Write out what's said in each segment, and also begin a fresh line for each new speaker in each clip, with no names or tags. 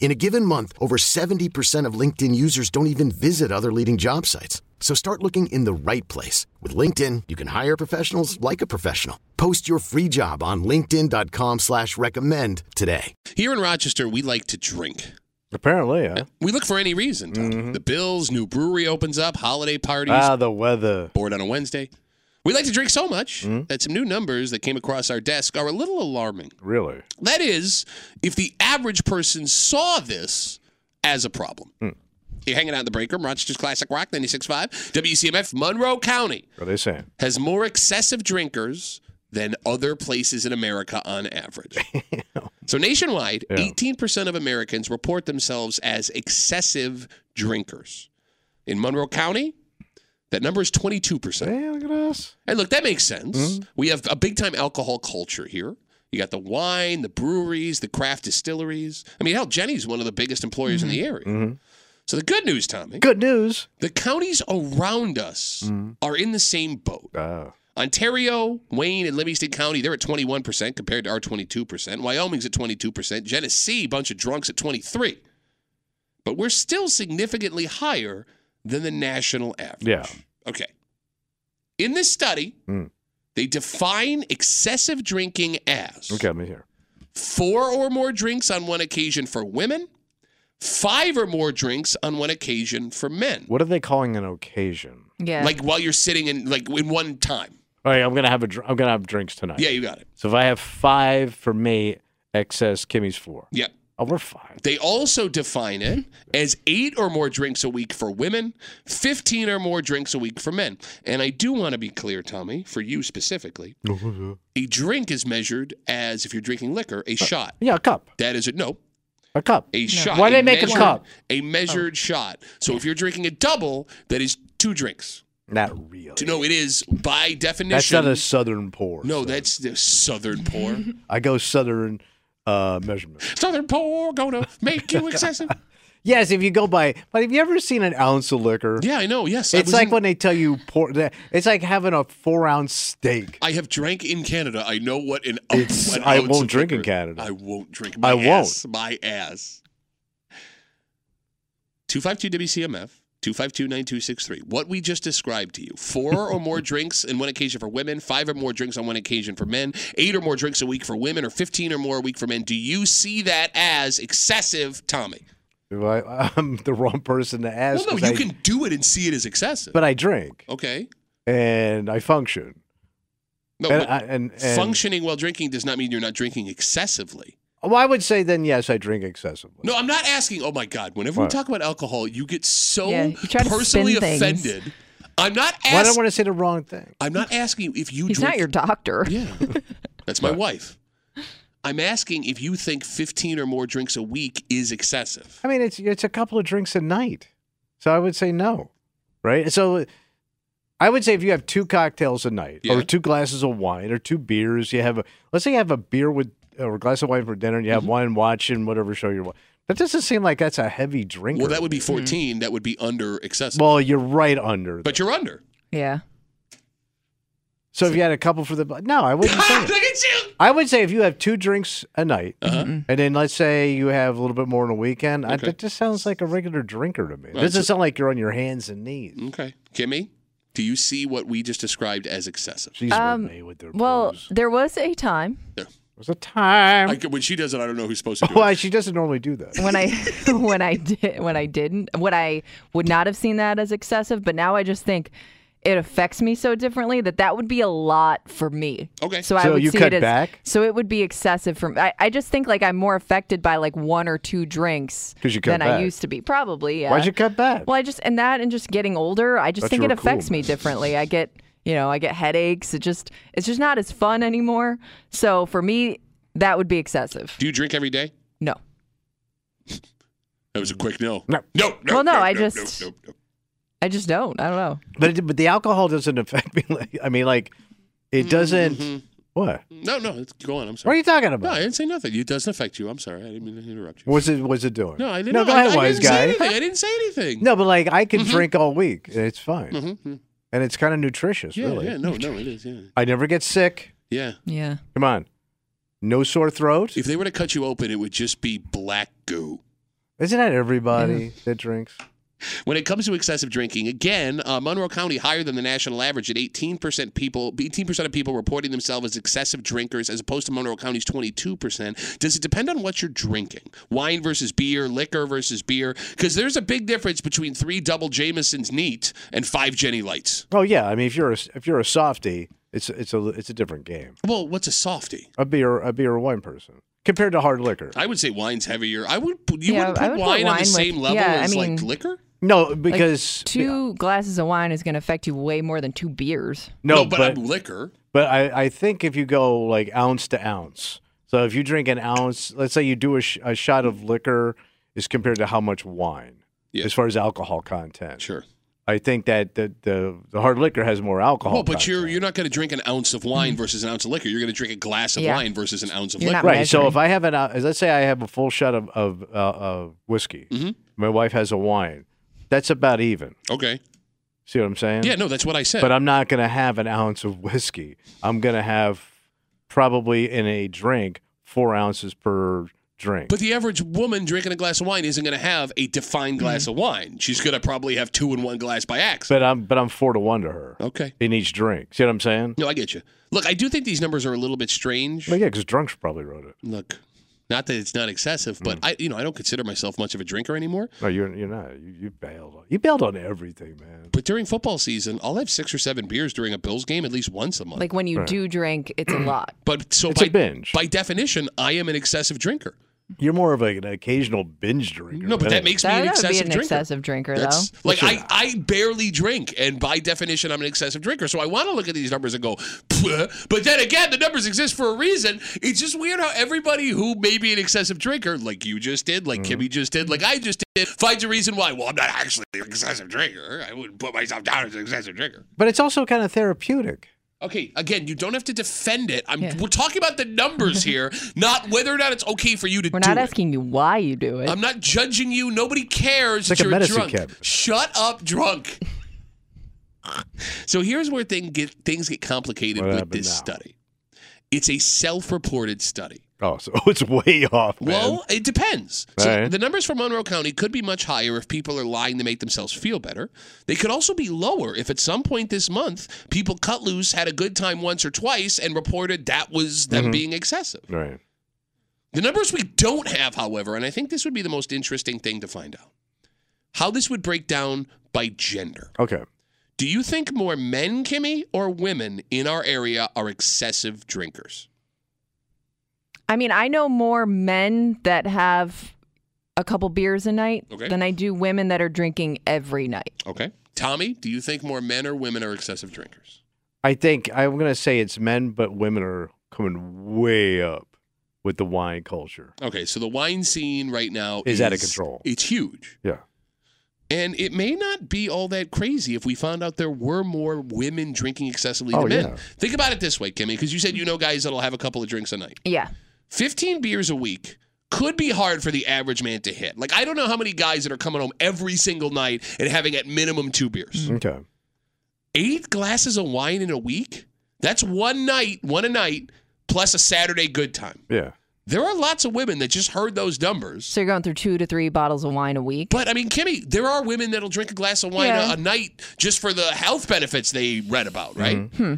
In a given month, over 70% of LinkedIn users don't even visit other leading job sites. So start looking in the right place. With LinkedIn, you can hire professionals like a professional. Post your free job on linkedin.com slash recommend today.
Here in Rochester, we like to drink.
Apparently, yeah.
We look for any reason. Tom. The bills, new brewery opens up, holiday parties,
Ah, the weather.
bored on a Wednesday. We like to drink so much that some new numbers that came across our desk are a little alarming.
Really?
That is, if the average person saw this as a problem. You're hanging out in the break room, Rochester's Classic Rock 96.5, WCMF, Monroe County
What are they saying?
has more excessive drinkers than other places in America on average. so nationwide,
Yeah.
18% of Americans report themselves as excessive drinkers. In Monroe County, that number is 22%.
Hey, look at us.
And look, that makes sense.
Mm-hmm.
We have a big time alcohol culture here. You got the wine, the breweries, the craft distilleries. I mean, hell, Jenny's one of the biggest employers in the area. So the good news,
Mm-hmm.
Tommy,
Good Mm. news.
the counties around us
Mm-hmm.
are in the same boat.
Oh,
Ontario, Wayne, and Livingston County, they're at 21% compared to our 22%. Wyoming's at 22%. Genesee, bunch of drunks at 23. But we're still significantly higher than the national average.
Yeah.
Okay. In this study,
Hmm.
they define excessive drinking as
look at me here.
four or more drinks on one occasion for women, five or more drinks on one occasion for men.
What are they calling an occasion?
Yeah.
Like while you're sitting in like in one time.
All right, I'm gonna have a. Dr- I'm gonna have drinks tonight.
Yeah, you got it.
So if I have five for me, excess Kimmy's four.
Yep.
Oh, we're fine.
They also define it as eight or more drinks a week for women, 15 or more drinks a week for men. And I do want to be clear, Tommy, for you specifically, a drink is measured as, if you're drinking liquor, a shot.
Yeah, a cup.
That is a, no,
A cup.
a shot.
Why'd they make a
measured-
cup?
A measured shot. So if you're drinking a double, that is two drinks.
Not really.
No, it is by definition.
That's not a southern pour.
no,
so.
that's the southern pour.
I go southern uh, measurement.
southern pour gonna make you excessive.
Yes, if you go by. But have you ever seen an ounce of liquor?
Yeah, I know. Yes, I
It's
was
like
in-
when they tell you pour. It's like having a four ounce steak.
I have drank in Canada. I Oh, know what an.
It's-
an
I
ounce
won't
of
drink in
liquor-
Canada.
I won't drink. My
I won't.
Ass, my ass. Two five two WCMF. 252-9263. What we just described to you. Four or more drinks on one occasion for women, five or more drinks on one occasion for men, eight or more drinks a week for women, or 15 or more a week for men. Do you see that as excessive, Tommy?
Well, I, I'm the wrong person to ask.
well, no,
'cause
you
I-
can do it and see it as excessive.
But I drink
okay.
and I function.
No,
and,
but
I, and, and
functioning while drinking does not mean you're not drinking excessively.
Well, I would say then yes, I drink excessively.
No, I'm not asking. Oh my God! Whenever
What?
we talk about alcohol, you get so
Yeah, you try to
personally
spin things.
offended. I'm not
Why do I
asking.
want to say the wrong thing?
I'm not asking if you.
He's
drink-
not your doctor.
Yeah, that's my wife. I'm asking if you think 15 or more drinks a week is excessive.
I mean, it's it's a couple of drinks a night, so I would say no, right? So I would say if you have two cocktails a night,
Yeah.
or two glasses of wine, or two beers, you have a let's say you have a beer with or a glass of wine for dinner, and you have
Mm-hmm.
wine watching whatever show you're watching. That doesn't seem like that's a heavy drink.
Well, that would be
Mm-hmm.
14. That would be under excessive.
Well, you're right under.
but
But
you're under.
Yeah.
so if you had a couple for the no, I
Look
wouldn't say. it.
at you.
I would say if you have two drinks a night,
Uh-huh.
and then let's say you have a little bit more on a weekend, I,
Okay.
that just sounds like a regular drinker to me.
Well,
doesn't
it's-
sound like you're on your hands and knees.
Okay, Kimmy, do you see what we just described as excessive?
She's
Um,
with me with their
Well,
booze.
there was a time
There's a time.
I, when she does it, I don't know who's supposed to do
Why
it.
she doesn't normally do that.
when I when I did when I didn't when I would not have seen that as excessive, but now I just think it affects me so differently that that would be a lot for me.
Okay.
So, I
So
would
you
see
cut
it as,
back?
So it would be excessive for me. I, I just think like I'm more affected by like one or two drinks
'Cause you cut
than
back.
I used to be. Probably. Yeah.
Why'd you cut back?
Well, I just and that and just getting older, I just
Thought
think
you
it
were cool,
affects me
man.
differently. I get, you know, I get headaches. It just it's just not as fun anymore. So for me, that would be excessive.
Do you drink every day?
No.
That was a quick no.
No.
No. no
Well, no, I
no,
just-
no, no.
I just don't. I don't know.
But it, but the alcohol doesn't affect me. Like, I mean, like it doesn't.
Mm-hmm.
What?
No, no, it's- go on. I'm
What are
sorry.
you talking
No, I
about?
didn't say nothing. It doesn't affect you. I'm sorry. I didn't mean to interrupt you.
What's it? What's it doing?
No, I didn't.
No, go
I,
ahead,
I
wise
didn't Say
guy.
anything. I didn't say anything.
No, but like I could drink all week. and It's fine,
Mm-hmm.
and it's kind of nutritious,
Yeah,
really.
yeah, no, no, it is. Yeah.
I never get sick.
yeah.
Yeah.
Come on, no sore throat.
If they were to cut you open, it would just be black goo.
Isn't that everybody that drinks?
When it comes to excessive drinking, again, uh, Monroe County higher than the national average at 18% people, 18% of people reporting themselves as excessive drinkers as opposed to Monroe County's 22%. Does it depend on what you're drinking? Wine versus beer, liquor versus beer? Because there's a big difference between three double Jamesons neat and five Jenny Lights.
Oh yeah, I mean if you're a, if you're a softie, it's it's a it's a different game.
Well, what's a softie?
A beer a beer or wine person compared to hard liquor.
I would say wine's heavier. I would. You
Yeah,
wouldn't put
I would put
wine on
wine
the
with-
same level
yeah, I
as like
mean-
liquor.
No, because
Two glasses of wine is going to affect you way more than two beers.
no,
but,
but
I'm liquor.
But I, I think if you go like ounce to ounce, so if you drink an ounce, let's say you do a, sh- a shot of liquor is compared to how much wine,
Yeah.
as far as alcohol content.
Sure.
I think that the, the, the hard liquor has more alcohol.
Well, but you're
content.
you're not going to drink an ounce of wine
Mm.
versus an ounce of liquor. You're going to drink a glass of
Yeah.
wine versus an ounce of
You're
liquor.
not
right. So if
measuring.
I have an, ou- let's say I have a full shot of of, uh, of whiskey,
Mhm.
my wife has a wine, that's about even.
Okay.
See what I'm saying?
Yeah, no, that's what I said.
But I'm not going to have an ounce of whiskey. I'm going to have probably in a drink four ounces per drink.
But the average woman drinking a glass of wine isn't going to have a defined glass
Mm.
of wine. She's going to probably have two in one glass by accident.
But I'm but I'm four to one to her
okay.
in each drink. See what I'm saying?
No, I get you. Look, I do think these numbers are a little bit strange.
But yeah, because drunks probably wrote it.
Look, not that it's not excessive, but
Mm.
I, you know, I don't consider myself much of a drinker anymore.
No, you're you're not. You, you bailed. On, you bailed on everything, man.
But during football season, I'll have six or seven beers during a Bills game at least once a month.
Like when you do drink, it's
Mm.
a lot.
but so
It's
by,
a binge.
by definition, I am an excessive drinker.
You're more of an occasional binge drinker.
No, but
than
that
a-
makes me
That
an
that would
excessive
be an
drinker.
excessive drinker,
That's
though.
like I, I barely drink, and by definition, I'm an excessive drinker. So I want to look at these numbers and go, "Pfft." but then again, the numbers exist for a reason. It's just weird how everybody who may be an excessive drinker, like you just did, like Kimmy just did, like I just did, finds a reason why. Well, I'm not actually an excessive drinker. I wouldn't put myself down as an excessive drinker.
But it's also kind of therapeutic.
Okay, again, you don't have to defend it. I'm,
Yeah.
We're talking about the numbers here, not whether or not it's okay for you to
We're
do
not
it.
asking you why you do it.
I'm not judging you. Nobody cares
It's like
that
a
you're
medicine
drunk.
cabinet.
Shut up, drunk. so here's where thing get, things get complicated
What
with
happened
this
now?
study. It's a self-reported study.
Oh, so it's way off, man.
Well, it depends. So
Right.
the numbers for Monroe County could be much higher if people are lying to make themselves feel better. They could also be lower if at some point this month people cut loose, had a good time once or twice, and reported that was them
Mm-hmm.
being excessive.
right.
The numbers we don't have, however, and I think this would be the most interesting thing to find out how this would break down by gender.
Okay.
Do you think more men, Kimmy, or women in our area are excessive drinkers?
I mean, I know more men that have a couple beers a night
Okay.
than I do women that are drinking every night.
Okay. Tommy, do you think more men or women are excessive drinkers?
I think I'm gonna say it's men, but women are coming way up with the wine culture.
Okay, so the wine scene right now
Is out of control.
It's huge.
Yeah.
And it may not be all that crazy if we found out there were more women drinking excessively
Oh,
than men.
yeah.
Think about it this way, Kimmy, because you said you know guys that'll have a couple of drinks a night.
Yeah.
15 beers a week could be hard for the average man to hit. Like, I don't know how many guys that are coming home every single night and having at minimum two beers.
Okay.
Eight glasses of wine in a week? That's one night, one a night, plus a Saturday good time.
Yeah.
There are lots of women that just heard those numbers.
So you're going through two to three bottles of wine a week.
But I mean, Kimmy, there are women that'll drink a glass of wine
Yeah.
a, a night just for the health benefits they read about, right?
Hmm.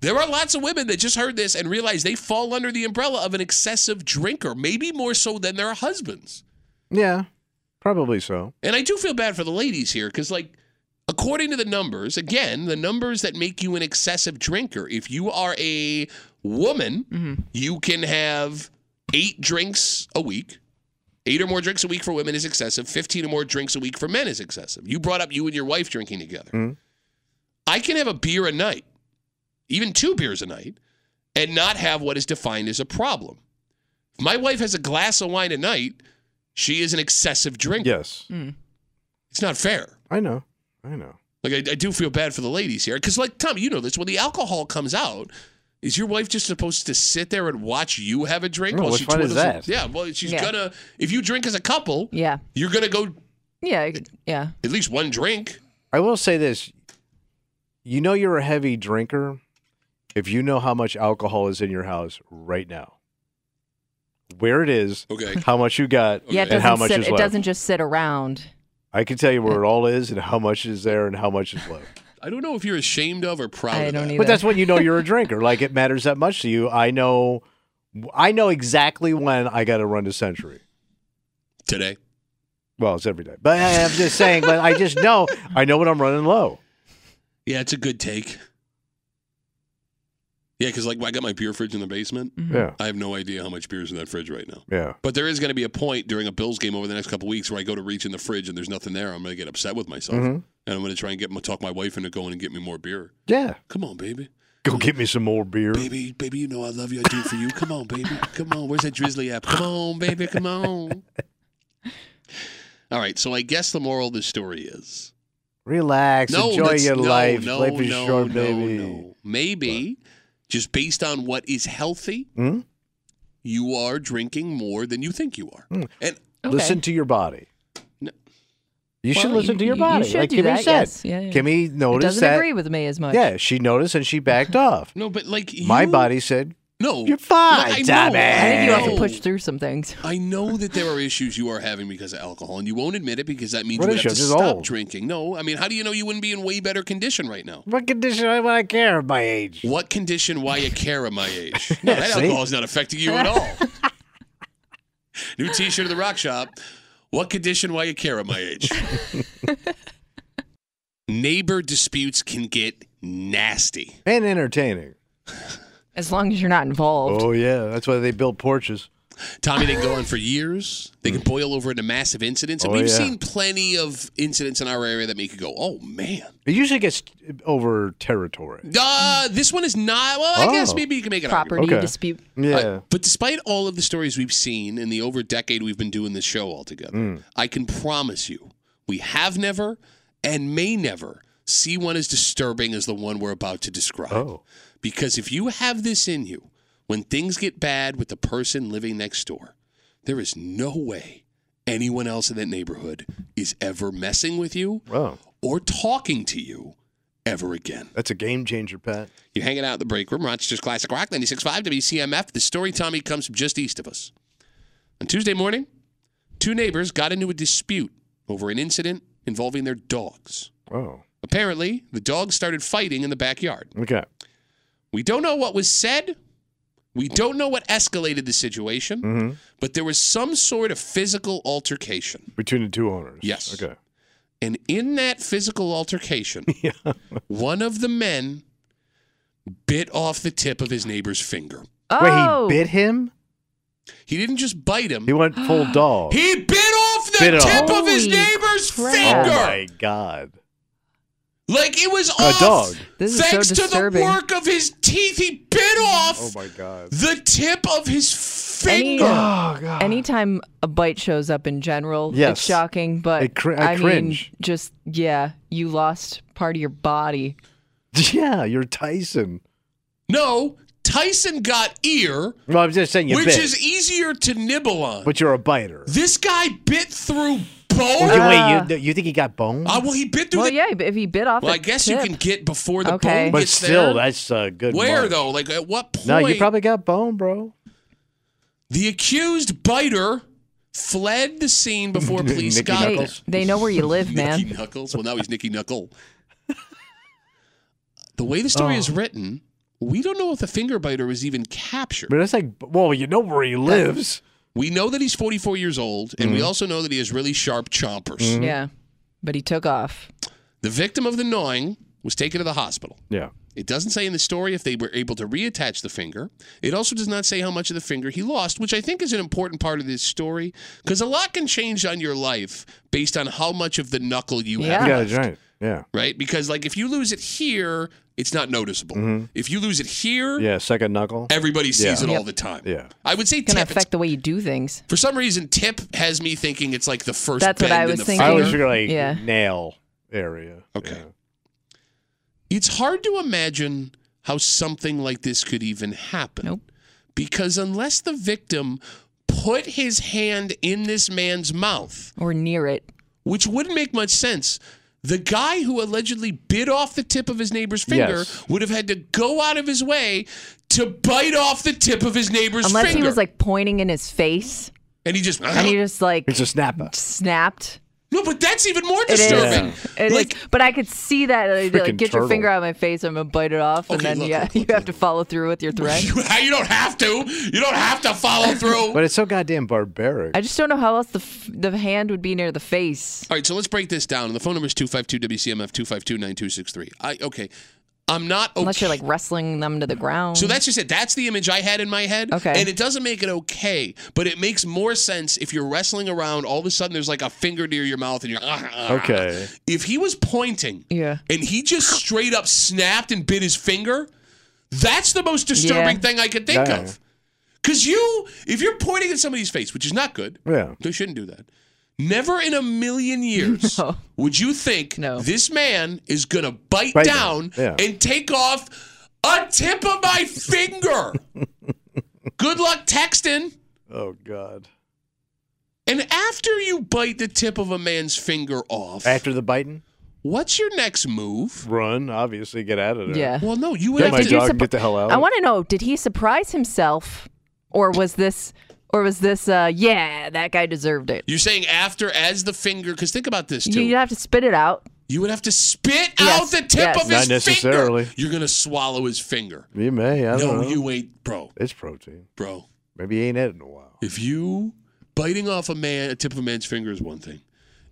There are lots of women that just heard this and realize they fall under the umbrella of an excessive drinker, maybe more so than their husbands.
Yeah. Probably so.
And I do feel bad for the ladies here because, like, According to the numbers, again, the numbers that make you an excessive drinker, if you are a woman, you can have eight drinks a week. Eight or more drinks a week for women is excessive. 15 or more drinks a week for men is excessive. You brought up you and your wife drinking together.
Mhm.
I can have a beer a night, even two beers a night, and not have what is defined as a problem. If my wife has a glass of wine a night, she is an excessive drinker.
Yes,
It's not fair.
I know. I know.
Like I, I do feel bad for the ladies here, because like Tom, you know this. When the alcohol comes out, is your wife just supposed to sit there and watch you have a drink
No,
while
what's
she
fun is
twiddles?
that?
it? Yeah, well, she's
Yeah.
gonna. If you drink as a couple,
Yeah.
you're gonna go
Yeah. Yeah.
at least one drink.
I will say this. You know you're a heavy drinker if you know how much alcohol is in your house right now. Where it is,
Okay.
how much you got,
Yeah. It
and how
doesn't
much
sit.
is
It
left.
doesn't just sit around.
I can tell you where it all is and how much is there and how much is left.
I don't know if you're ashamed of or proud
I
of
don't
that.
either.
But that's when you know you're a drinker. Like it matters that much to you. I know I know exactly when I gotta run to century.
today.
Well, it's every day. But I- I'm just saying, but I just know I know when I'm running low.
Yeah, it's a good take. Yeah, because like I got my beer fridge in the basement.
Yeah.
I have no idea how much beer's in that fridge right now.
Yeah.
But there is going to be a point during a Bills game over the next couple weeks where I go to reach in the fridge and there's nothing there. I'm going to get upset with myself,
Mhm.
and I'm going to try and get my, talk my wife into going and get me more beer.
Yeah.
Come on, baby,
Go get me some more beer.
baby, baby. You know I love you. I do it for you. Come on, baby. Come on. Where's that Drizzly app? Come on, baby. Come on. All right. So I guess the moral of the story is
Relax. enjoy
that's-
your
no,
life.
No,
life is
no,
short,
no,
baby.
no. Maybe just based on what is healthy,
Hmm?
you are drinking more than you think you are.
Hmm.
And
Okay.
Listen to your body.
No.
You should
Well,
listen
you-
to your
you
body.
should
like
do
Kimmy
that,
said.
yes. Yeah, yeah.
Kimmy
It
noticed
doesn't
that.
agree with me as much.
Yeah, she noticed and she backed off.
no, but like
My
you-
body said,
No,
You're fine,
I know.
Tommy.
I think you have to
know.
Oh.
push through some things.
I know that there are issues you are having because of alcohol, and you won't admit it because that means
What
you would
issue?
have to
Just
stop
old.
drinking. No, I mean, how do you know you wouldn't be in way better condition right now?
What condition I want to care at my age?
What condition? Why you care at my age? No, that
See?
alcohol is not affecting you at all. New T-shirt of the Rock Shop. What condition? Why you care at my age? Neighbor disputes can get nasty.
And entertaining.
As long as you're not involved.
Oh, yeah. That's why they built porches.
Tommy, they can go on for years. They can boil over into massive incidents, and
Oh,
we've
yeah.
seen plenty of incidents in our area that make you go, "Oh man."
It usually gets over territory.
Uh, this one is not. Well, I
Mm. Oh.
guess maybe you can make it Uh,
Property
Okay.
dispute.
Yeah.
but despite all of the stories we've seen in the over decade we've been doing this show altogether,
Mm.
I can promise you we have never and may never see one as disturbing as the one we're about to describe.
oh.
Because if you have this in you, when things get bad with the person living next door, there is no way anyone else in that neighborhood is ever messing with you
Wow.
or talking to you ever again.
That's a game changer, Pat.
You're hanging out in the break room, Rochester's Classic Rock, 96.5 WCMF. The story, Tommy, comes from just east of us. On Tuesday morning, two neighbors got into a dispute over an incident involving their dogs.
Wow.
Apparently, the dogs started fighting in the backyard.
Okay.
We don't know what was said. We don't know what escalated the situation,
hmm
but there was some sort of physical altercation.
Between the two owners.
Yes.
Okay.
And in that physical altercation,
Yeah.
one of the men bit off the tip of his neighbor's finger.
Oh,
Wait, he bit him?
He didn't just bite him.
He went full dog.
He bit off the
Bit off.
tip of his
Holy
neighbor's
oh
crap.
finger.
my god.
Like it was
A
off.
dog.
This is so
Thanks to the
disturbing.
work of his teeth, he bit off
Oh my god.
the tip of his
Any-
finger.
Oh
Ah.
god.
Anytime a bite shows up in general,
Yes.
it's shocking. But
I cr- I
I,
cringe.
mean, just yeah, you lost part of your body.
yeah, you're Tyson.
No, Tyson got ear,
Well, I'm just saying you
which
bit,
is easier to nibble on.
but you're a biter.
this guy bit through bone.
Well, you,
Ah.
wait, you, you think he got bone?
Ah, well, he bit through
Well,
the.
yeah, if he bit off.
Well,
the
I guess you
tip-
can get before the
Okay.
bone
but
gets
still,
there.
that's a good.
Where
mark.
though? Like at what point?
No, you probably got bone, bro.
The accused biter fled the scene before police
Nicky
got
Hey,
there.
Knuckles.
they know where you live,
Nicky
man.
Knuckles. Well, now he's Nicky Knuckle. the way the story
Oh.
is written, we don't know if the finger biter was even captured.
But that's like, well, you know where he lives.
We know that he's
Mm-hmm.
44 years old, and we also know that he has really sharp chompers.
Yeah, but he took off.
The victim of the gnawing was taken to the hospital.
Yeah.
It doesn't say in the story if they were able to reattach the finger. It also does not say how much of the finger he lost, which I think is an important part of this story because a lot can change on your life based on how much of the knuckle you
Yeah.
have.
Yeah,
left,
that's right. Yeah.
Right? Because, like, if you lose it here, it's not noticeable. If you lose it here,
Mm-hmm. Yeah, second knuckle.
everybody sees
Yeah.
it all the time.
Yeah.
I would say
It's going
tip.
to
it's-
affect the way you do things.
for some reason, tip has me thinking it's like the first
That's what
bend
I
in
was
the
thinking.
I
finger.
always figure like
Yeah.
nail area.
Okay.
Yeah.
It's hard to imagine how something like this could even happen.
Nope.
Because unless the victim put his hand in this man's mouth,
Or near it.
which wouldn't make much sense, the guy who allegedly bit off the tip of his neighbor's finger
Yes.
would have had to go out of his way to bite off the tip of his neighbor's
Unless
finger.
he was like pointing in his face
and he just
and he just like
It's a snapper.
snapped.
No, but that's even more
It is.
disturbing.
It is.
Like-
But I could see that. uh, Like,
Frickin'
get your
turtle.
finger out of my face. I'm gonna bite it off, and
Okay,
then
look,
yeah,
look,
you
look,
have to follow through with your threat.
You, you don't have to. You don't have to follow through.
But it's so goddamn barbaric.
I just don't know how else the f- the hand would be near the face.
All right, so let's break this down. The phone number is 252-WCMF, 252-9263. I, okay. I'm not okay.
Unless you're like wrestling them to the ground.
so that's just it. That's the image I had in my head.
Okay.
And it doesn't make it okay, but it makes more sense if you're wrestling around, all of a sudden there's like a finger near your mouth and you're "Ah, ah, ah."
Okay.
If he was pointing
yeah.
and he just straight up snapped and bit his finger, that's the most disturbing
Yeah.
thing I could think
Yeah.
of. Cause you if you're pointing at somebody's face, which is not good,
Yeah.
they shouldn't do that. Never in a million years
No.
would you think
No.
this man is going to bite
Bite down,
down
yeah.
and take off a tip of my finger. Good luck texting.
Oh god.
And after you bite the tip of a man's finger off,
After the biting,
what's your next move?
run. Obviously, get out of there.
Yeah.
Well, no, you would
Get
have
my
to.
do
dog.
some-
Get the hell out.
I want to know: Did he surprise himself, or was this, or was this? Uh, yeah, that guy deserved it.
You're saying after as the finger, because think about this too.
You'd have to spit it out.
You would have to spit
Yes,
out the tip
yes.
of
Not
his
necessarily.
finger. You're gonna swallow his finger.
You may. I don't
No,
know.
you ain't, bro,
It's protein.
bro.
Maybe you ain't had it in a while.
If you biting off a man, a tip of a man's finger is one thing.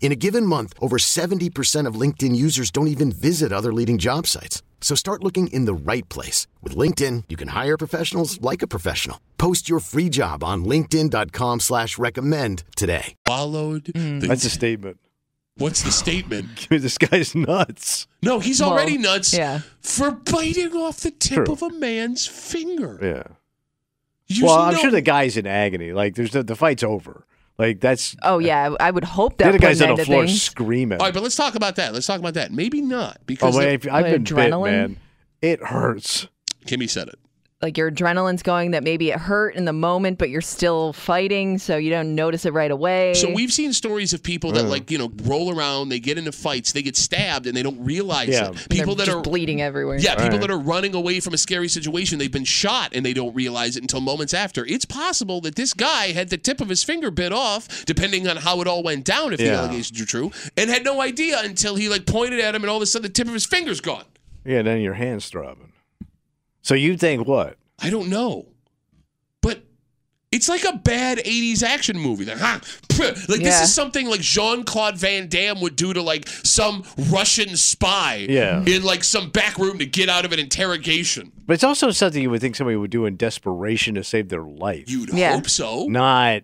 In a given month, over 70% of LinkedIn users don't even visit other leading job sites. So start looking in the right place. With LinkedIn, you can hire professionals like a professional. Post your free job on linkedin.com/recommend slash recommend today.
swallowed
Mm.
the
That's a statement.
what's the statement?
Dude, this guy's nuts.
No, he's
Well,
already nuts
yeah.
for biting off the tip
True.
of a man's finger.
Yeah.
You
well, I'm
know-
sure the guy's in agony. Like, there's the, the fight's over. Like, that's
Oh yeah, I I would hope that
the other
put
guy's
an
on
end
the
to
floor
things.
screaming.
All right, but let's talk about that. Let's talk about that. Maybe not because
oh,
the-
wait, if- I've
the
been
adrenaline?
bit, man. It hurts.
Kimmy said it.
like your adrenaline's going that maybe it hurt in the moment, but you're still fighting, so you don't notice it right away.
So we've seen stories of people
Mm.
that like you know roll around, they get into fights, they get stabbed, and they don't realize
Yeah.
it.
And they're
People that
just
are
bleeding everywhere.
Yeah, people
Right.
that are running away from a scary situation, they've been shot and they don't realize it until moments after. It's possible that this guy had the tip of his finger bit off, depending on how it all went down, if the
Yeah.
allegations are true, and had no idea until he like pointed at him and all of a sudden the tip of his finger's gone.
Yeah, then your hands throbbing. So you think what?
I don't know. But it's like a bad 80s action movie. Like, ha, pff. like this
Yeah.
is something like Jean-Claude Van Damme would do to like some Russian spy
Yeah.
in like some back room to get out of an interrogation.
But it's also something you would think somebody would do in desperation to save their life.
You'd
Yeah.
hope so.
not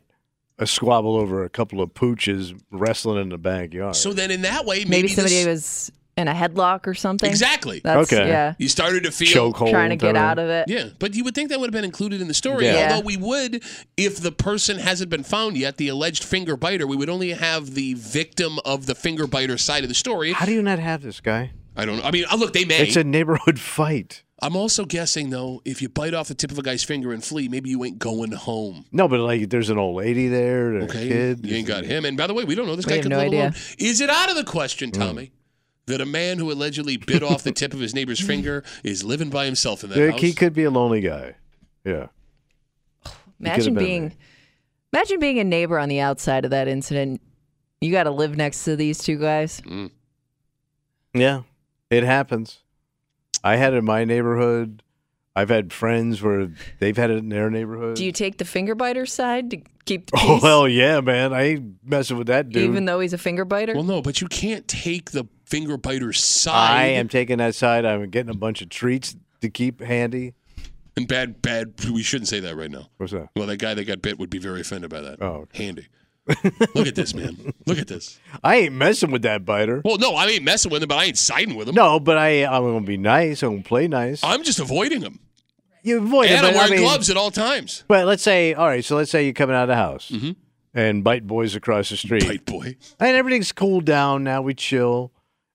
a squabble over a couple of pooches wrestling in the backyard.
So then in that way, maybe,
Maybe somebody
this-
was in a headlock or something.
Exactly.
That's,
Okay.
Yeah.
You started to feel
chokehold.
Trying to get out of it.
Yeah, but you would think that would have been included in the story.
Yeah.
Yeah.
Although we would, if the person hasn't been found yet, the alleged finger biter, we would only have the victim of the finger biter side of the story.
How do you not have this guy?
I don't know. I mean, oh, look, they may.
It's a neighborhood fight.
I'm also guessing though, if you bite off the tip of a guy's finger and flee, maybe you ain't going home.
No, but like there's an old lady there, and a
Okay,
kid.
you ain't got him. And by the way, we don't know this
We
guy
have
could
no
live
idea.
alone. Is it out of the question,
Hmm.
Tommy, that a man who allegedly bit off the tip of his neighbor's finger is living by himself in that
Yeah,
house?
He could be a lonely guy. Yeah. could've
Imagine
been
being, imagine being a neighbor on the outside of that incident. You got to live next to these two guys.
Mm.
Yeah. It happens. I had it in my neighborhood. I've had friends where they've had it in their neighborhood.
Do you take the finger biter side to keep the
oh
peace,
hell yeah, man! I ain't messing with that dude.
even though he's a finger biter?
Well, no, but you can't take the finger biter's side.
I am taking that side. I'm getting a bunch of treats to keep handy.
And bad, bad. We shouldn't say that right now.
What's that?
Well, that guy that got bit would be very offended by that.
Oh,
Handy. Look at this, man. Look at this.
I ain't messing with that biter.
Well, no, I ain't messing with him, but I ain't siding with him.
No, but I I'm gonna be nice. I'm gonna play nice.
I'm just avoiding him.
you avoid it,
Uh, and I'm
but I
wearing
mean-
gloves at all times.
But let's say, all right. So let's say you're coming out of the house and bite boys across the street,
Mm-hmm. Bite boy.
and everything's cooled down. Now we chill,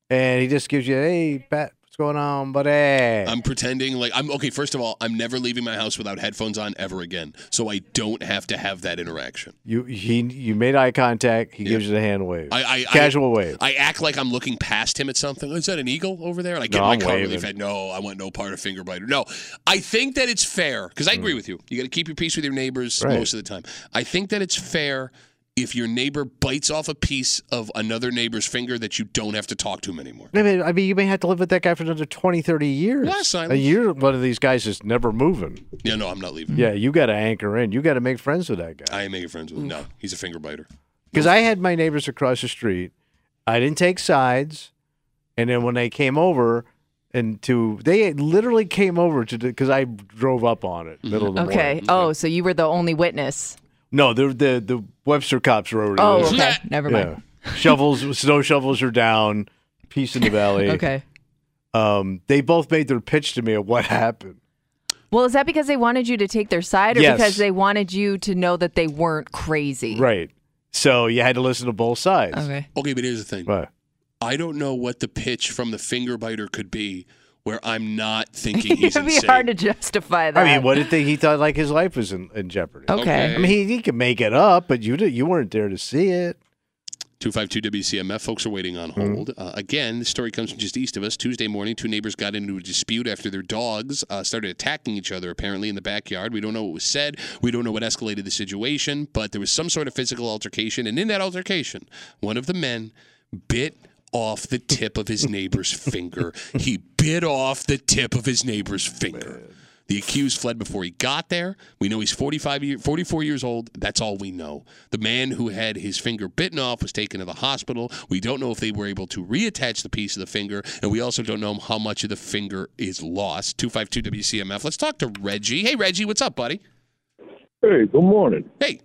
and he just gives you, hey Pat, what's going on, buddy?
I'm pretending like I'm okay. First of all, I'm never leaving my house without headphones on ever again, so I don't have to have that interaction.
you he you made eye contact. He gives you the hand wave,
I, I
casual
I,
wave.
I act like I'm looking past him at something. Is that an eagle over there? And I
No,
get in my
I'm
car
waving.
relief. I no, I want no part of finger biter. No, I think that it's fair because I agree with you. You got to keep your peace with your neighbors
Mm. Right.
most of the time. I think that it's fair if your neighbor bites off a piece of another neighbor's finger that you don't have to talk to him anymore.
I mean, I mean, you may have to live with that guy for another 20, 30 years. Mm-hmm.
Last time-
And you're one of these guys that's never moving.
Yeah, no, I'm not leaving.
Yeah, you got to anchor in. You got to make friends with that guy.
I ain't making friends with him. No, he's a finger biter.
Because I had my neighbors across the street. I didn't take sides. And then when they came over and to, they literally came over to, because I drove up on it middle of the
Okay.
morning.
Oh, so you were the only witness.
No, the, the, the Webster cops were over
Oh,
there.
okay. Never mind.
Yeah. Shovels, snow shovels are down. Peace in the valley.
Okay.
Um, they both made their pitch to me of what happened.
Well, is that because they wanted you to take their side or
Yes.
because they wanted you to know that they weren't crazy?
Right. So you had to listen to both sides.
Okay.
Okay, but here's the thing.
But
I don't know what the pitch from the finger biter could be where I'm not thinking he's
It'd be
insane.
hard to justify that.
I mean, what did they, he thought like his life was in, in jeopardy?
Okay.
I mean, he, he could make it up, but you did, you weren't there to see it.
252 WCMF. Folks are waiting on hold. Uh, again, this story comes from just east of us. Tuesday morning, two neighbors got into a dispute after their dogs uh, started attacking each other, apparently in the backyard. We don't know what was said. We don't know what escalated the situation, but there was some sort of physical altercation. And in that altercation, one of the men bit off the tip of his neighbor's finger. He bit off the tip of his neighbor's finger. The accused fled before he got there. We know he's 45 year, 44 years old. That's all we know. The man who had his finger bitten off was taken to the hospital. We don't know if they were able to reattach the piece of the finger, and we also don't know how much of the finger is lost. 252 WCMF. Let's talk to Reggie. Hey, Reggie, what's up, buddy?
Hey, good morning.
Hey.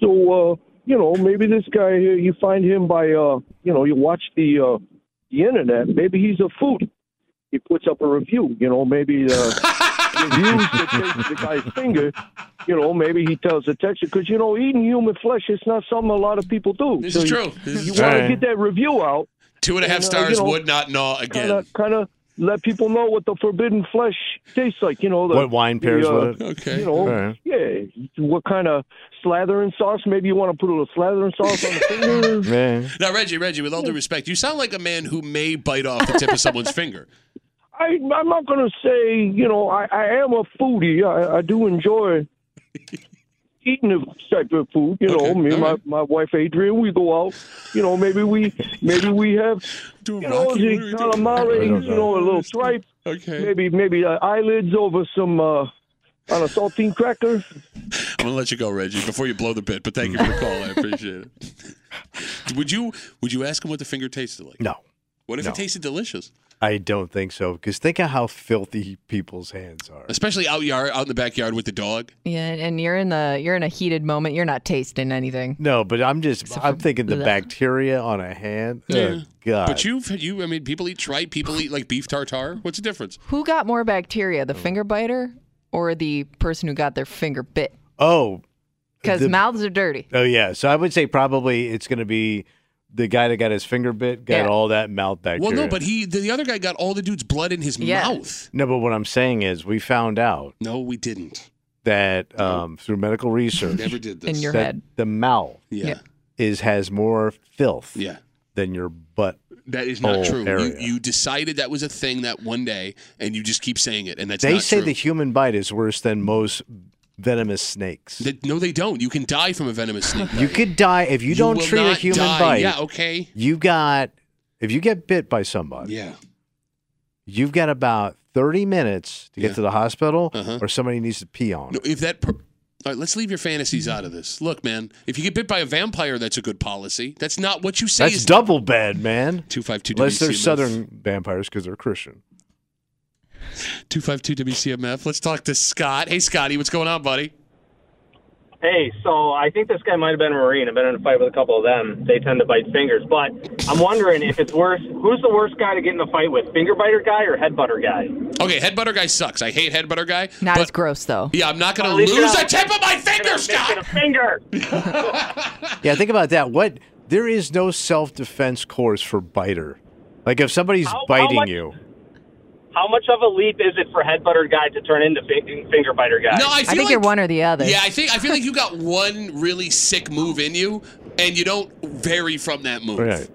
So, uh, you know, maybe this guy here, you find him by, uh, you know, you watch the uh, the internet. Maybe he's a food. He puts up a review. You know, maybe uh, reviews that takes the guy's finger. You know, maybe he tells the texture because you know eating human flesh is not something a lot of people do.
This
So
is
you-
true. This
You
is
true.
want to
Right.
get that review out,
two and a half
And, uh,
stars
you know,
would not gnaw
kind
again.
of, kind of let people know what the forbidden flesh tastes like. You know, the,
what wine pairs
the, uh,
with it?
you
Okay.
know,
Right.
yeah, what kind of slathering sauce? Maybe you want to put a little slathering sauce on the fingers.
Yeah.
Now, Reggie, Reggie, with all due respect, you sound like a man who may bite off the tip of someone's finger.
I, I'm not going to say, you know, I, I am a foodie. I, I do enjoy eating this type of food. You know,
Okay,
me and
all
my,
right.
my wife Adrian, we go out. You know, maybe we maybe we have,
Doing
you know,
Rocky,
the
what are we doing?
calamari,
I don't
you know, a
know.
little tripe.
Okay.
Maybe maybe uh, eyelids over some uh, on a saltine cracker.
I'm gonna let you go, Reggie, before you blow the pit. But thank you for the call. I appreciate it. would you Would you ask him what the finger tasted like?
No,
What if
No.
it tasted delicious?
I don't think so. Because think of how filthy people's hands are.
Especially out yard, out in the backyard with the dog.
Yeah, and- and you're in the you're in a heated moment. You're not tasting anything.
No, but I'm just
Except
I'm
for
thinking the
bleh.
bacteria on a hand.
Yeah.
Oh, God.
But you, you, I mean, people eat tripe. People eat like beef tartare. What's the difference?
Who got more bacteria,
Oh.
the finger biter or the person who got their finger bit?
oh
Because
The-
mouths are dirty.
oh yeah. So I would say probably it's going to be the guy that got his finger bit got
Yeah.
all that mouth bacteria.
Well, no, but he, the other guy, got all the dude's blood in his
Yeah.
mouth.
no. But what I'm saying is we found out
No, we didn't.
that um, through medical research
Never did this.
In your
that
head.
the mouth
yeah. yeah,
Yeah.
is has more filth than your butt.
That is not
Whole
true. You,
Oh, area.
you decided that was a thing that one day, and you just keep saying it, and that's
they
not
say
true.
the human bite is worse than most venomous snakes.
That- no, they don't. You can die from a venomous snake.
you could die if you, don't
will
treat a
not
human
die.
bite.
Yeah. Okay.
You got if you get bit by somebody,
Yeah.
you've got about 30 minutes to get
Yeah.
to the hospital
Uh-huh.
or somebody needs to pee on.
No, if that. Per- all right, let's leave your fantasies out of this. Look, man, if you get bit by a vampire, that's a good policy. That's not what you say.
That's
is
double bad, man.
252
Unless they're
WCMF.
southern vampires because they're Christian.
252 WCMF. Let's talk to Scott. Hey, Scotty, what's going on, buddy?
Hey, so I think this guy might have been a Marine. I've been in a fight with a couple of them. They tend to bite fingers. But I'm wondering if it's worse. Who's the worst guy to get in a fight with? Finger biter guy or head butter guy?
Okay, head butter guy sucks. I hate head butter guy.
Not
but-
as gross though.
Yeah, I'm not going to
At least you're
lose
not-
a tip of my
You're
finger,
missing
Scott.
a finger.
Yeah, think about that. What there is no self defense course for biter. Like if somebody's
How- how
biting
much-
you.
How much of a leap is it for head butter guy to turn into fi- finger biter guy?
No, I feel
I think
like,
you're one or the other.
Yeah, I think I feel like you got one really sick move in you, and you don't vary from that move.
Right.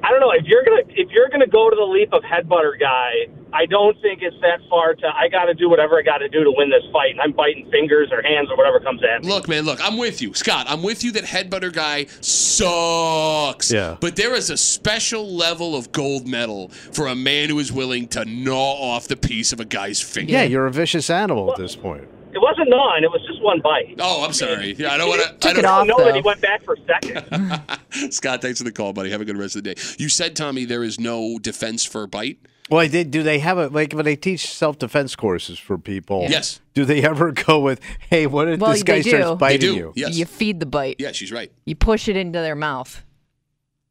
I don't know if you're gonna if you're gonna go to the leap of head butter guy. I don't think it's that far to I got to do whatever I got to do to win this fight, and I'm biting fingers or hands or whatever comes at me.
Look, man, look, I'm with you. Scott, I'm with you that headbutter guy sucks.
Yeah.
But there is a special level of gold medal for a man who is willing to gnaw off the piece of a guy's finger.
Yeah, you're a vicious animal at this point.
It wasn't nine; it was just one bite.
Oh, I'm sorry. Yeah, I don't want
Took
to.
it
I
off
don't know
though.
that he went back for seconds.
Scott, thanks for the call, buddy. Have a good rest of the day. You said, Tommy, there is no defense for a bite.
Well, I did. Do they have a like when they teach self defense courses for people?
Yes.
Do they ever go with, hey, what if
Well,
this guy
they do.
starts
They
They
biting
do.
you?
Yes.
You feed the bite.
Yeah, she's right.
You push it into their mouth.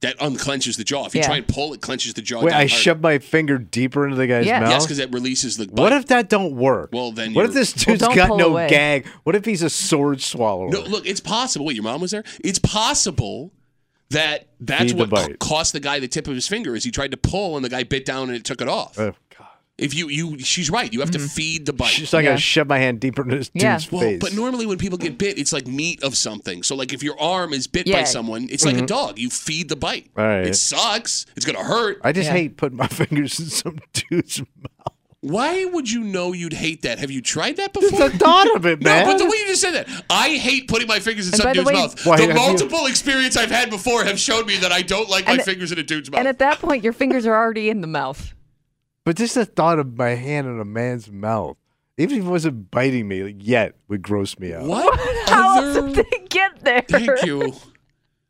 That unclenches the jaw. If you
Yeah.
try and pull, it clenches the jaw.
Wait,
down
I
hard.
shoved my finger deeper into the guy's
Yeah.
mouth.
Yes, because that releases the. Bite.
what if that don't work?
Well, then
what if
you're-
this dude's
don't
got
pull
no
away.
gag? What if he's a sword swallower?
No, look, it's possible. Wait, your mom was there. It's possible that that's
Feed the
what co-
bite.
cost the guy the tip of his finger is he tried to pull and the guy bit down and it took it off.
Oh, God.
if you you, she's right. You have to feed the bite.
She's like, I
Yeah.
gotta shove my hand deeper into this
Yeah.
dude's
well,
face.
but normally when people get bit, it's like meat of something. So like if your arm is bit by
Yeah.
someone, it's like a dog. You feed the bite.
Mm-hmm. Right.
It sucks. It's gonna hurt.
I just
Yeah.
hate putting my fingers in some dude's mouth.
Why would you know you'd hate that? Have you tried that
It's
before?
the thought of it,
No,
man.
but the way you just said that, I hate putting my fingers in
And
some
by the
dude's
way-
mouth.
Why
the
have you-
multiple experience I've had before have shown me that I don't like my
And-
fingers in a dude's mouth.
And at that point, your fingers are already in the mouth.
But just the thought of my hand in a man's mouth, even if he wasn't biting me like, yet, would gross me out.
What?
How
other-
else did they get there?
Thank you.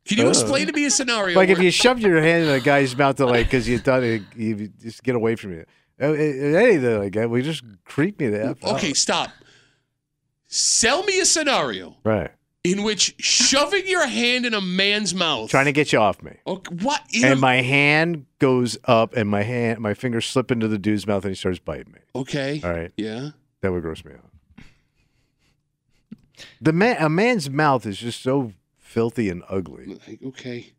Can you explain to me a scenario?
Like if
where-
you shoved your hand in a guy's mouth to like because you thought it, you just get away from it. Uh, uh, Anything like that, we just creep me the F out.
okay, stop. Sell me a scenario
Right.
in which shoving your hand in a man's mouth.
Trying to get you off me.
Okay, what? In a-
And my hand goes up and my hand my fingers slip into the dude's mouth and he starts biting me.
okay.
All right.
Yeah.
That would gross me out. The man a man's mouth is just so filthy and ugly.
Like, Okay.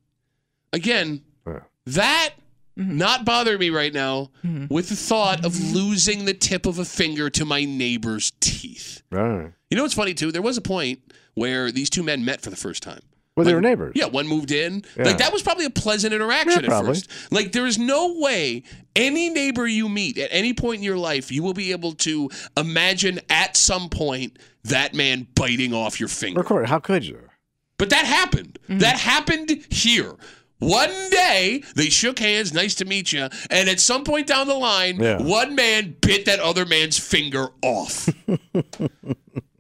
Again,
Yeah.
that not bothering me right now with the thought of losing the tip of a finger to my neighbor's teeth.
All right.
You know what's funny too? There was a point where these two men met for the first time.
Well, they
Like,
were neighbors.
Yeah, one moved in.
Yeah.
Like that was probably a pleasant interaction
Yeah,
at
probably.
first. Like there is no way any neighbor you meet at any point in your life you will be able to imagine at some point that man biting off your finger.
Record. How could you? Mm-hmm.
But that happened. That happened here. One day they shook hands, nice to meet you, and at some point down the line,
Yeah.
one man bit that other man's finger off.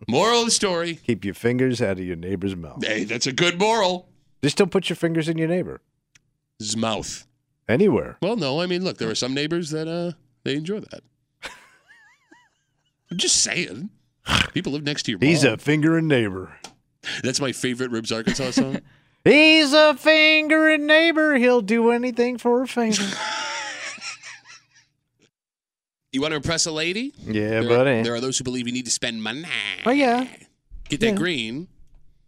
moral of the story.
Keep your fingers out of your neighbor's mouth.
Hey, that's a good moral.
Just don't put your fingers in your neighbor.
His mouth.
Anywhere.
Well, no, I mean, look, there are some neighbors that uh they enjoy that. I'm just saying. People live next to your
He's
mom.
a fingering neighbor.
That's my favorite Ribs Arkansas song.
He's a fingering neighbor. He'll do anything for a favor.
you want to impress a lady?
yeah,
there,
buddy.
there are those who believe you need to spend money.
oh yeah.
Get that
yeah.
green.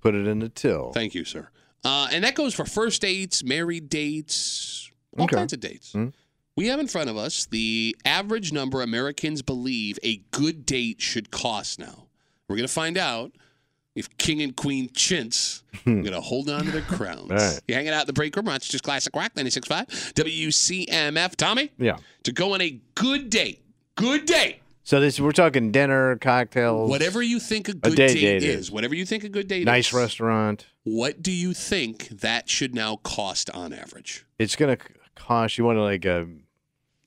Put it in the till.
Thank you, sir. Uh, and that goes for first dates, married dates, all
Okay.
kinds of dates.
Mm.
We have in front of us the average number Americans believe a good date should cost now. We're going to find out if King and Queen Chintz are going to hold on to their crowns.
Hmm. All right.
You're hanging out in the break room, Rochester's Classic Rock 96.5, WCMF. Tommy,
yeah.
to go on a good date, good date,
So this we're talking dinner, cocktails,
whatever you think a good
date
date,
date
is,
is.
whatever you think a good date
Nice
is,
restaurant.
what do you think that should now cost on average?
It's gonna c- cost you want to like a.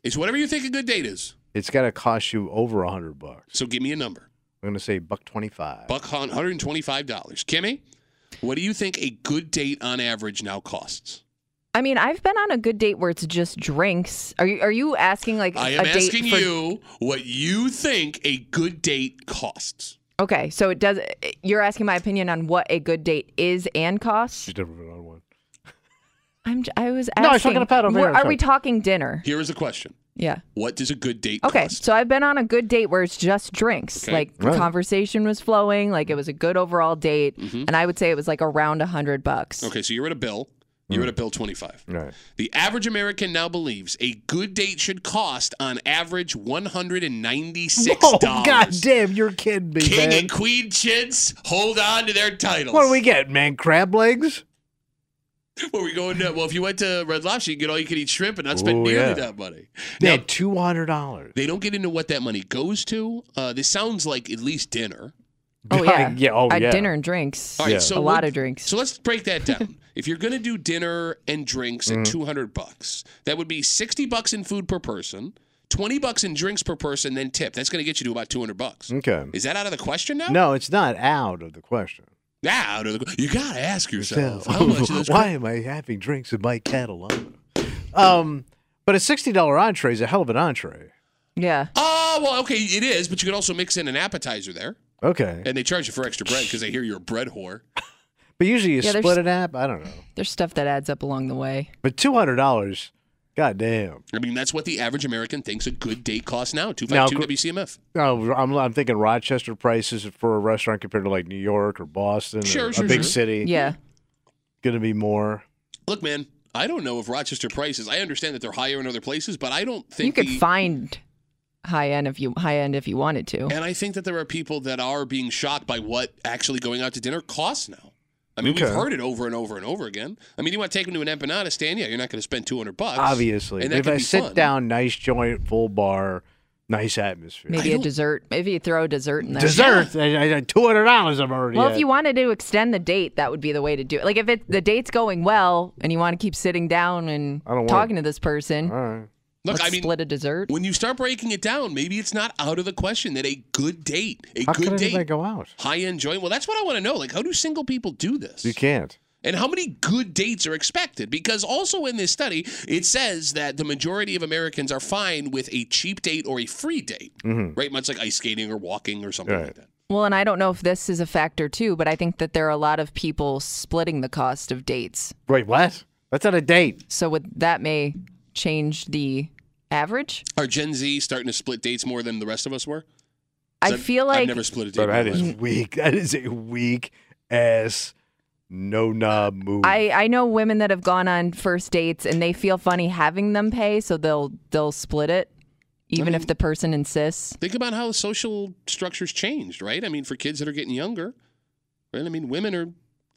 It's whatever you think a good date is.
It's gotta cost you over a hundred bucks.
So give me a number.
I'm gonna say buck twenty five.
Buck Hunt, $125. Kimmy, what do you think a good date on average now costs?
I mean, I've been on a good date where it's just drinks. Are you are you asking like
I
a
am
date
asking
for-
you what you think a good date costs.
Okay, so it does. You're asking my opinion on what a good date is and costs.
She's never been on one.
I'm. j- I was asking.
No, I was talking to Pat over
Where-
here,
Are
so-
we talking dinner?
Here is the question
Yeah.
What does a good date
Okay,
cost?
so I've been on a good date where it's just drinks.
Okay.
Like the
Right.
conversation was flowing, like it was a good overall date, and I would say it was like around a hundred bucks.
Mm-hmm. okay, so you're at a bill. You're at a bill 25.
Right.
The average American now believes a good date should cost on average $196.
God damn, Oh, you're kidding me,
King
man.
and Queen Chintz hold on to their titles.
What do we get, man? Crab legs?
Well, we going to, well, if you went to Red Lobster, you get all you can eat shrimp and not spend
Ooh,
nearly
yeah.
that money.
They
Now,
had two hundred dollars.
they don't get into what that money goes to. Uh, this sounds like at least dinner.
Oh yeah.
yeah. Oh
At
yeah.
dinner and drinks.
All right,
Yeah.
so
a lot
what-
of drinks.
So let's break that down. if you're going to do dinner and drinks
Mm-hmm.
at 200 bucks, that would be 60 bucks in food per person, 20 bucks in drinks per person, then tip. That's going to get you to about 200 bucks.
Okay.
Is that out of the question now?
Mm. No, it's not out of the question.
Nah, out of the, you got to ask yourself
Yourself.
how much of those
Why am I having drinks with my Catalana? Um, but a sixty dollar entree is a hell of an entree.
yeah.
Oh, well, okay, it is, but you could also mix in an appetizer there.
Okay,
And they charge you for extra bread because they hear you're a bread whore.
but usually you
Yeah,
split
there's-
it up. I don't know.
There's stuff that adds up along the way.
But two hundred dollars, goddamn.
I mean, that's what the average American thinks a good date costs now.
Now, gr-
252 WCMF.
No, Oh, I'm, I'm thinking Rochester prices for a restaurant compared to like New York or Boston, or
Sure,
a
sure,
big
sure.
city.
Yeah.
gonna be more.
Look, man, I don't know if Rochester prices, I understand that they're higher in other places, but I don't think.
You could
the-
find high end if you high end if you wanted to.
and I think that there are people that are being shocked by what actually going out to dinner costs now. I mean, we've
Okay.
heard it over and over and over again. I mean, you want to take them to an empanada stand? Yeah, you're not going to spend 200 bucks.
Obviously,
And
But
that
if
could
I
be
sit
fun.
down, nice joint, full bar, nice atmosphere.
Maybe
I
a
don't-
dessert. Maybe you throw a dessert in there.
Dessert, two hundred dollars. I'm already.
Well,
at.
if you wanted to extend the date, that would be the way to do it. Like if it the date's going well and you want to keep sitting down and
I don't wanna-
talking to this person,
all right.
Look,
let's
I mean,
split a dessert.
when you start breaking it down, maybe it's not out of the question that a good date, a
How
good
could
date,
anybody go out?
high end joint. Well, that's what I want to know. Like, how do single people do this?
You can't.
And how many good dates are expected? Because also in this study, it says that the majority of Americans are fine with a cheap date or a free date, right? Much like ice skating or walking or something like
Mm-hmm. Right.
that.
Well, and I don't know if this is a factor too, but I think that there are a lot of people splitting the cost of dates.
Wait, what? That's not a date.
So would that may change the average?
Are Gen Z starting to split dates more than the rest of us were? 'Cause
I
I've-
feel
I've
like
never split a date.
But
in my
that is
life.
weak. That is a weak ass no knob move.
I, I know women that have gone on first dates and they feel funny having them pay, so they'll they'll split it, even
Mm-hmm.
if the person insists.
Think about how social structures changed, right? I mean, for kids that are getting younger, right? I mean, women are,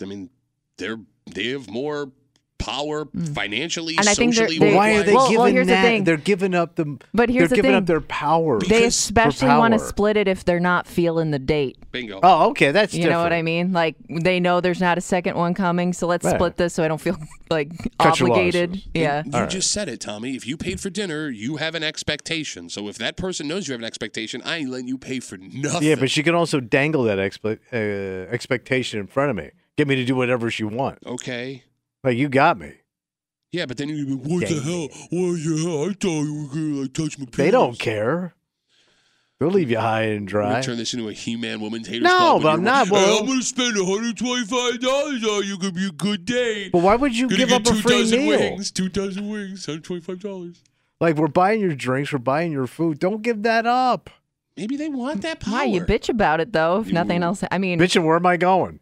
I mean, they're they have more power, financially,
Mm. And I think they're-
socially.
they-
But why are they
Well, well,
giving
here's the
that?
thing.
They're giving up the.
But here's
they're
the
giving up
thing.
their power.
They
Because-
especially
for
want to
power.
split it if they're not feeling the date.
Bingo.
Oh, okay, that's
You know what I
different.
mean? Like they know there's not a second one coming, so let's
Right.
split this so I don't feel like
Cut your
obligated.
losses.
Yeah.
You just said it, Tommy. If you paid for dinner, you have an expectation. So if that person knows you have an expectation, I ain't letting you pay for nothing.
Yeah, but she can also dangle that expe- uh, expectation in front of me. Get me to do whatever she wants.
okay.
Like you got me.
Yeah, but then you'd be what the
Dang
hell? What the hell? I thought you were gonna like touch my penis.
They don't care. They'll leave you high and
We're
dry.
gonna turn this into a He-Man woman's haters
No,
club. when
but I'm
you're-
not,
Hey,
well-
I'm gonna spend 125 dollars on you. Could be a good date.
But why would you
Gonna
give
get
up a
two
free
dozen
meal?
wings. Two dozen wings. 125 dollars.
Like we're buying your drinks, we're buying your food. Don't give that up.
Maybe they want that power.
Why you bitch about it though? If nothing
You-
else, I mean,
Bitch, and where am I going?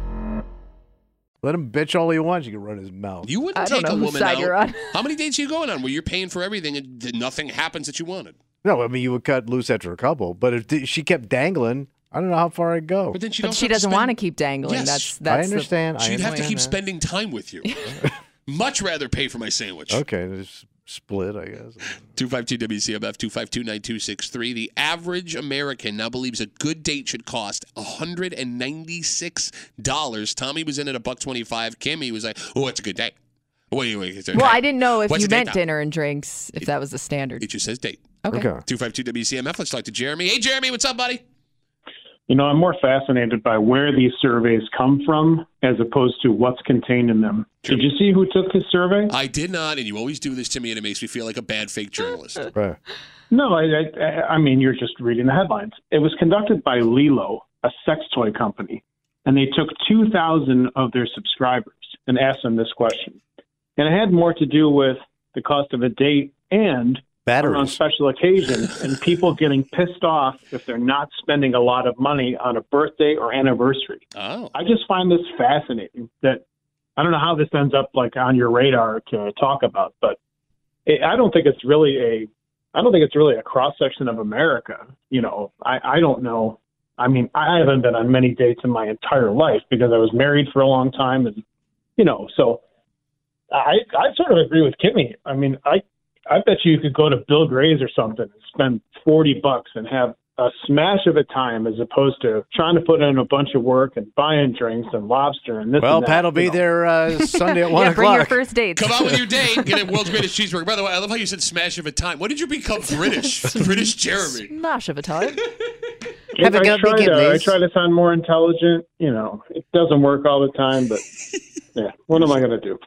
Let him bitch all he wants. You can run his mouth.
You wouldn't
I don't
take
know
a
whose
woman
side
out.
you're on.
How many dates are you going on where you're paying for everything and th- nothing happens that you wanted?
no, I mean you would cut loose after a couple. But if th- she kept dangling, I don't know how far I'd go.
But then she'd
but
also
she
have to
doesn't
spend-
want to keep dangling.
Yes.
That's that's.
I
the-
understand. I
She'd have to
understand
keep
that.
spending time with you. Much rather pay for my sandwich.
Okay, just split. I guess.
252 WCMF 252 9263. The average American now believes a good date should cost $196. Tommy was in at a buck 25. Kimmy was like, oh, it's a good date. Wait, wait, it's a
Well,
date.
I didn't know if
What's
you
the date
meant
now?
dinner and drinks, if that was the standard.
It just says date.
Okay.
okay.
252 WCMF. Let's talk to Jeremy. Hey, Jeremy, what's up, buddy?
You know, I'm more fascinated by where these surveys come from as opposed to what's contained in them.
Sure.
Did you see who took this survey?
I did not, and you always do this to me, and it makes me feel like a bad fake journalist.
Right.
No, I, I, I mean, you're just reading the headlines. It was conducted by Lilo, a sex toy company, and they took 2,000 of their subscribers and asked them this question. And it had more to do with the cost of a date and on
Batteries.
special occasions and people getting pissed off if they're not spending a lot of money on a birthday or anniversary.
Oh.
I just find this fascinating that I don't know how this ends up like on your radar to talk about, but it, I don't think it's really a I don't think it's really a cross section of America. You know, I I don't know. I mean, I haven't been on many dates in my entire life because I was married for a long time, and you know, so I I sort of agree with Kimmy. I mean, I I bet you could go to Bill Gray's or something and spend forty bucks and have a smash of a time as opposed to trying to put in a bunch of work and buying drinks and lobster and this.
Well,
and that,
Pat'll
you
be
know.
there uh, Sunday at one
yeah, bring your
o'clock.
first dates.
Come out with your date, get a world's greatest cheeseburger. By the way, I love how you said smash of a time. When did you become British? British Jeremy.
Smash of a time.
Have a
I
good
try
weekend,
to, I
Liz.
try to sound more intelligent. You know, it doesn't work all the time, but yeah, what am I going to do?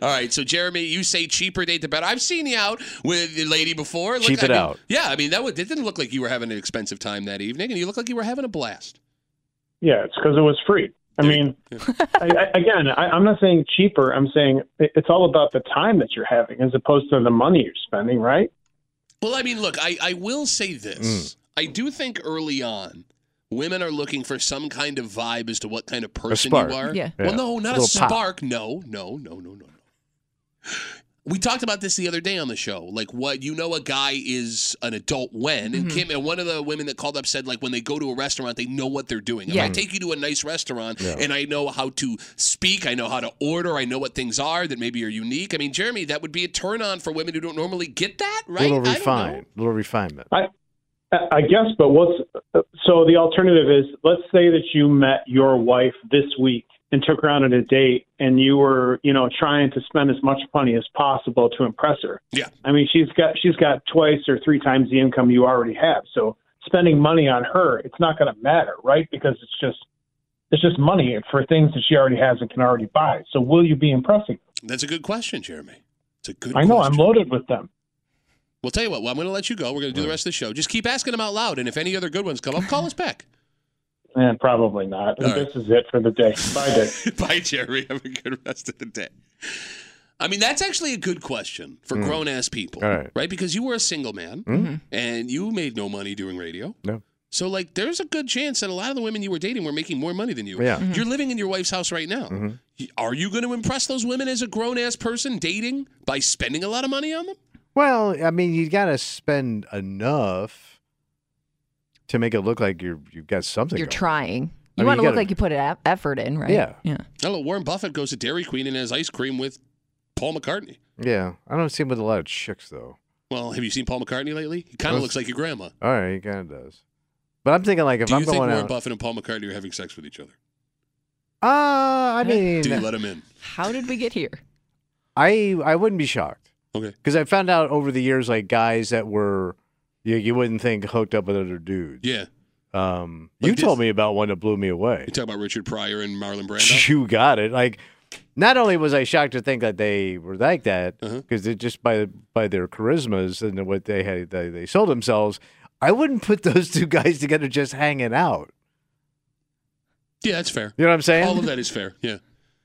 All right, so Jeremy, you say cheaper date the better. I've seen you out with the lady before. Look,
Cheap
I
it
mean-
out.
Yeah, I mean that would, it didn't look like you were having an expensive time that evening, and you look like you were having a blast.
Yeah, it's because it was free. I mean, I, I, again, I, I'm not saying cheaper. I'm saying it- it's all about the time that you're having as opposed to the money you're spending, right?
Well, I mean, look, I, I will say this. I do think early on, women are looking for some kind of vibe as to what kind of person you
spark.
are.
Yeah.
Well, no, not
A
a,
little pop.
spark. No, no, no, no, no, no. we talked about this the other day on the show. Like, what you know, a guy is an adult when, and
Mhm.
Kim and one of the women that called up said, like, when they go to a restaurant, they know what they're doing.
Yeah.
If I take you to a nice restaurant,
Yeah.
and I know how to speak, I know how to order, I know what things are that maybe are unique. I mean, Jeremy, that would be a turn on for women who don't normally get that, right?
little
I don't know.
refine, little refinement.
I, I I guess, but what's so the alternative is let's say that you met your wife this week and took her out on a date and you were, you know, trying to spend as much money as possible to impress her.
Yeah.
I mean, she's got she's got twice or three times the income you already have. So spending money on her, it's not going to matter, right? Because it's just it's just money for things that she already has and can already buy. So will you be impressing?
That's a good question, Jeremy. It's a good.
I know
question.
I'm loaded with them.
We'll tell you what. Well, I'm going to let you go. We're going to do the rest of the show. Just keep asking them out loud, and if any other good ones come up, call us back.
And probably not.
All right.
This is it for the day. Bye, Dick.
Bye, Jerry. Have a good rest of the day. I mean, that's actually a good question for
Mm.
grown ass people,
All right.
right? Hmm. Because you were a single man
Mhm.
and you made no money doing radio.
No.
So, like, there's a good chance that a lot of the women you were dating were making more money than you.
Yeah. Mhm.
You're living in your wife's house right now.
Mhm.
Are you going to impress those women as a grown ass person dating by spending a lot of money on them?
Well, I mean, you got to spend enough to make it look like you're you've got something.
You're
going.
trying.
I
You
mean,
want to
you
look
gotta-
like you put a- effort in, right?
Yeah.
Yeah.
Hello, Warren Buffett goes to Dairy Queen and has ice cream with Paul McCartney.
Yeah, I don't see him with a lot of chicks though.
Well, have you seen Paul McCartney lately? He kind of
Yes.
looks like your grandma.
All right, he kind of does. But I'm thinking like if
Do you
I'm
think
going
Warren
out,
Buffett and Paul McCartney are having sex with each other?
uh, I mean,
Do you let him in?
How did we get here?
I I wouldn't be shocked.
Okay.
Because I found out over the years, like guys that were you, you wouldn't think hooked up with other dudes.
Yeah.
Um,
Like
you
this-
told me about one that blew me away.
You talk about Richard Pryor and Marlon Brando.
You got it. Like, not only was I shocked to think that they were like that,
Uh-huh.
because just by by their charismas and what they had, they, they sold themselves. I wouldn't put those two guys together just hanging out.
yeah, that's fair.
You know what I'm saying?
All of that is fair. Yeah.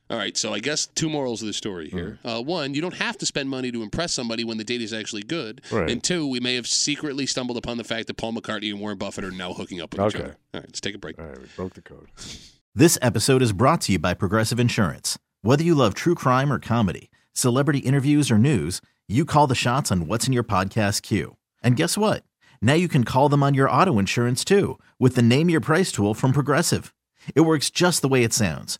All right. So I guess two morals of the story here.
Mm.
Uh, one, you don't have to spend money to impress somebody when the date is actually good.
Right.
And two, we may have secretly stumbled upon the fact that Paul McCartney and Warren Buffett are now hooking up with each
Okay.
other. All right. Let's take a break.
All right. We broke the code.
This episode is brought to you by Progressive Insurance. Whether you love true crime or comedy, celebrity interviews or news, you call the shots on what's in your podcast queue. And guess what? Now you can call them on your auto insurance too with the Name Your Price tool from Progressive. It works just the way it sounds.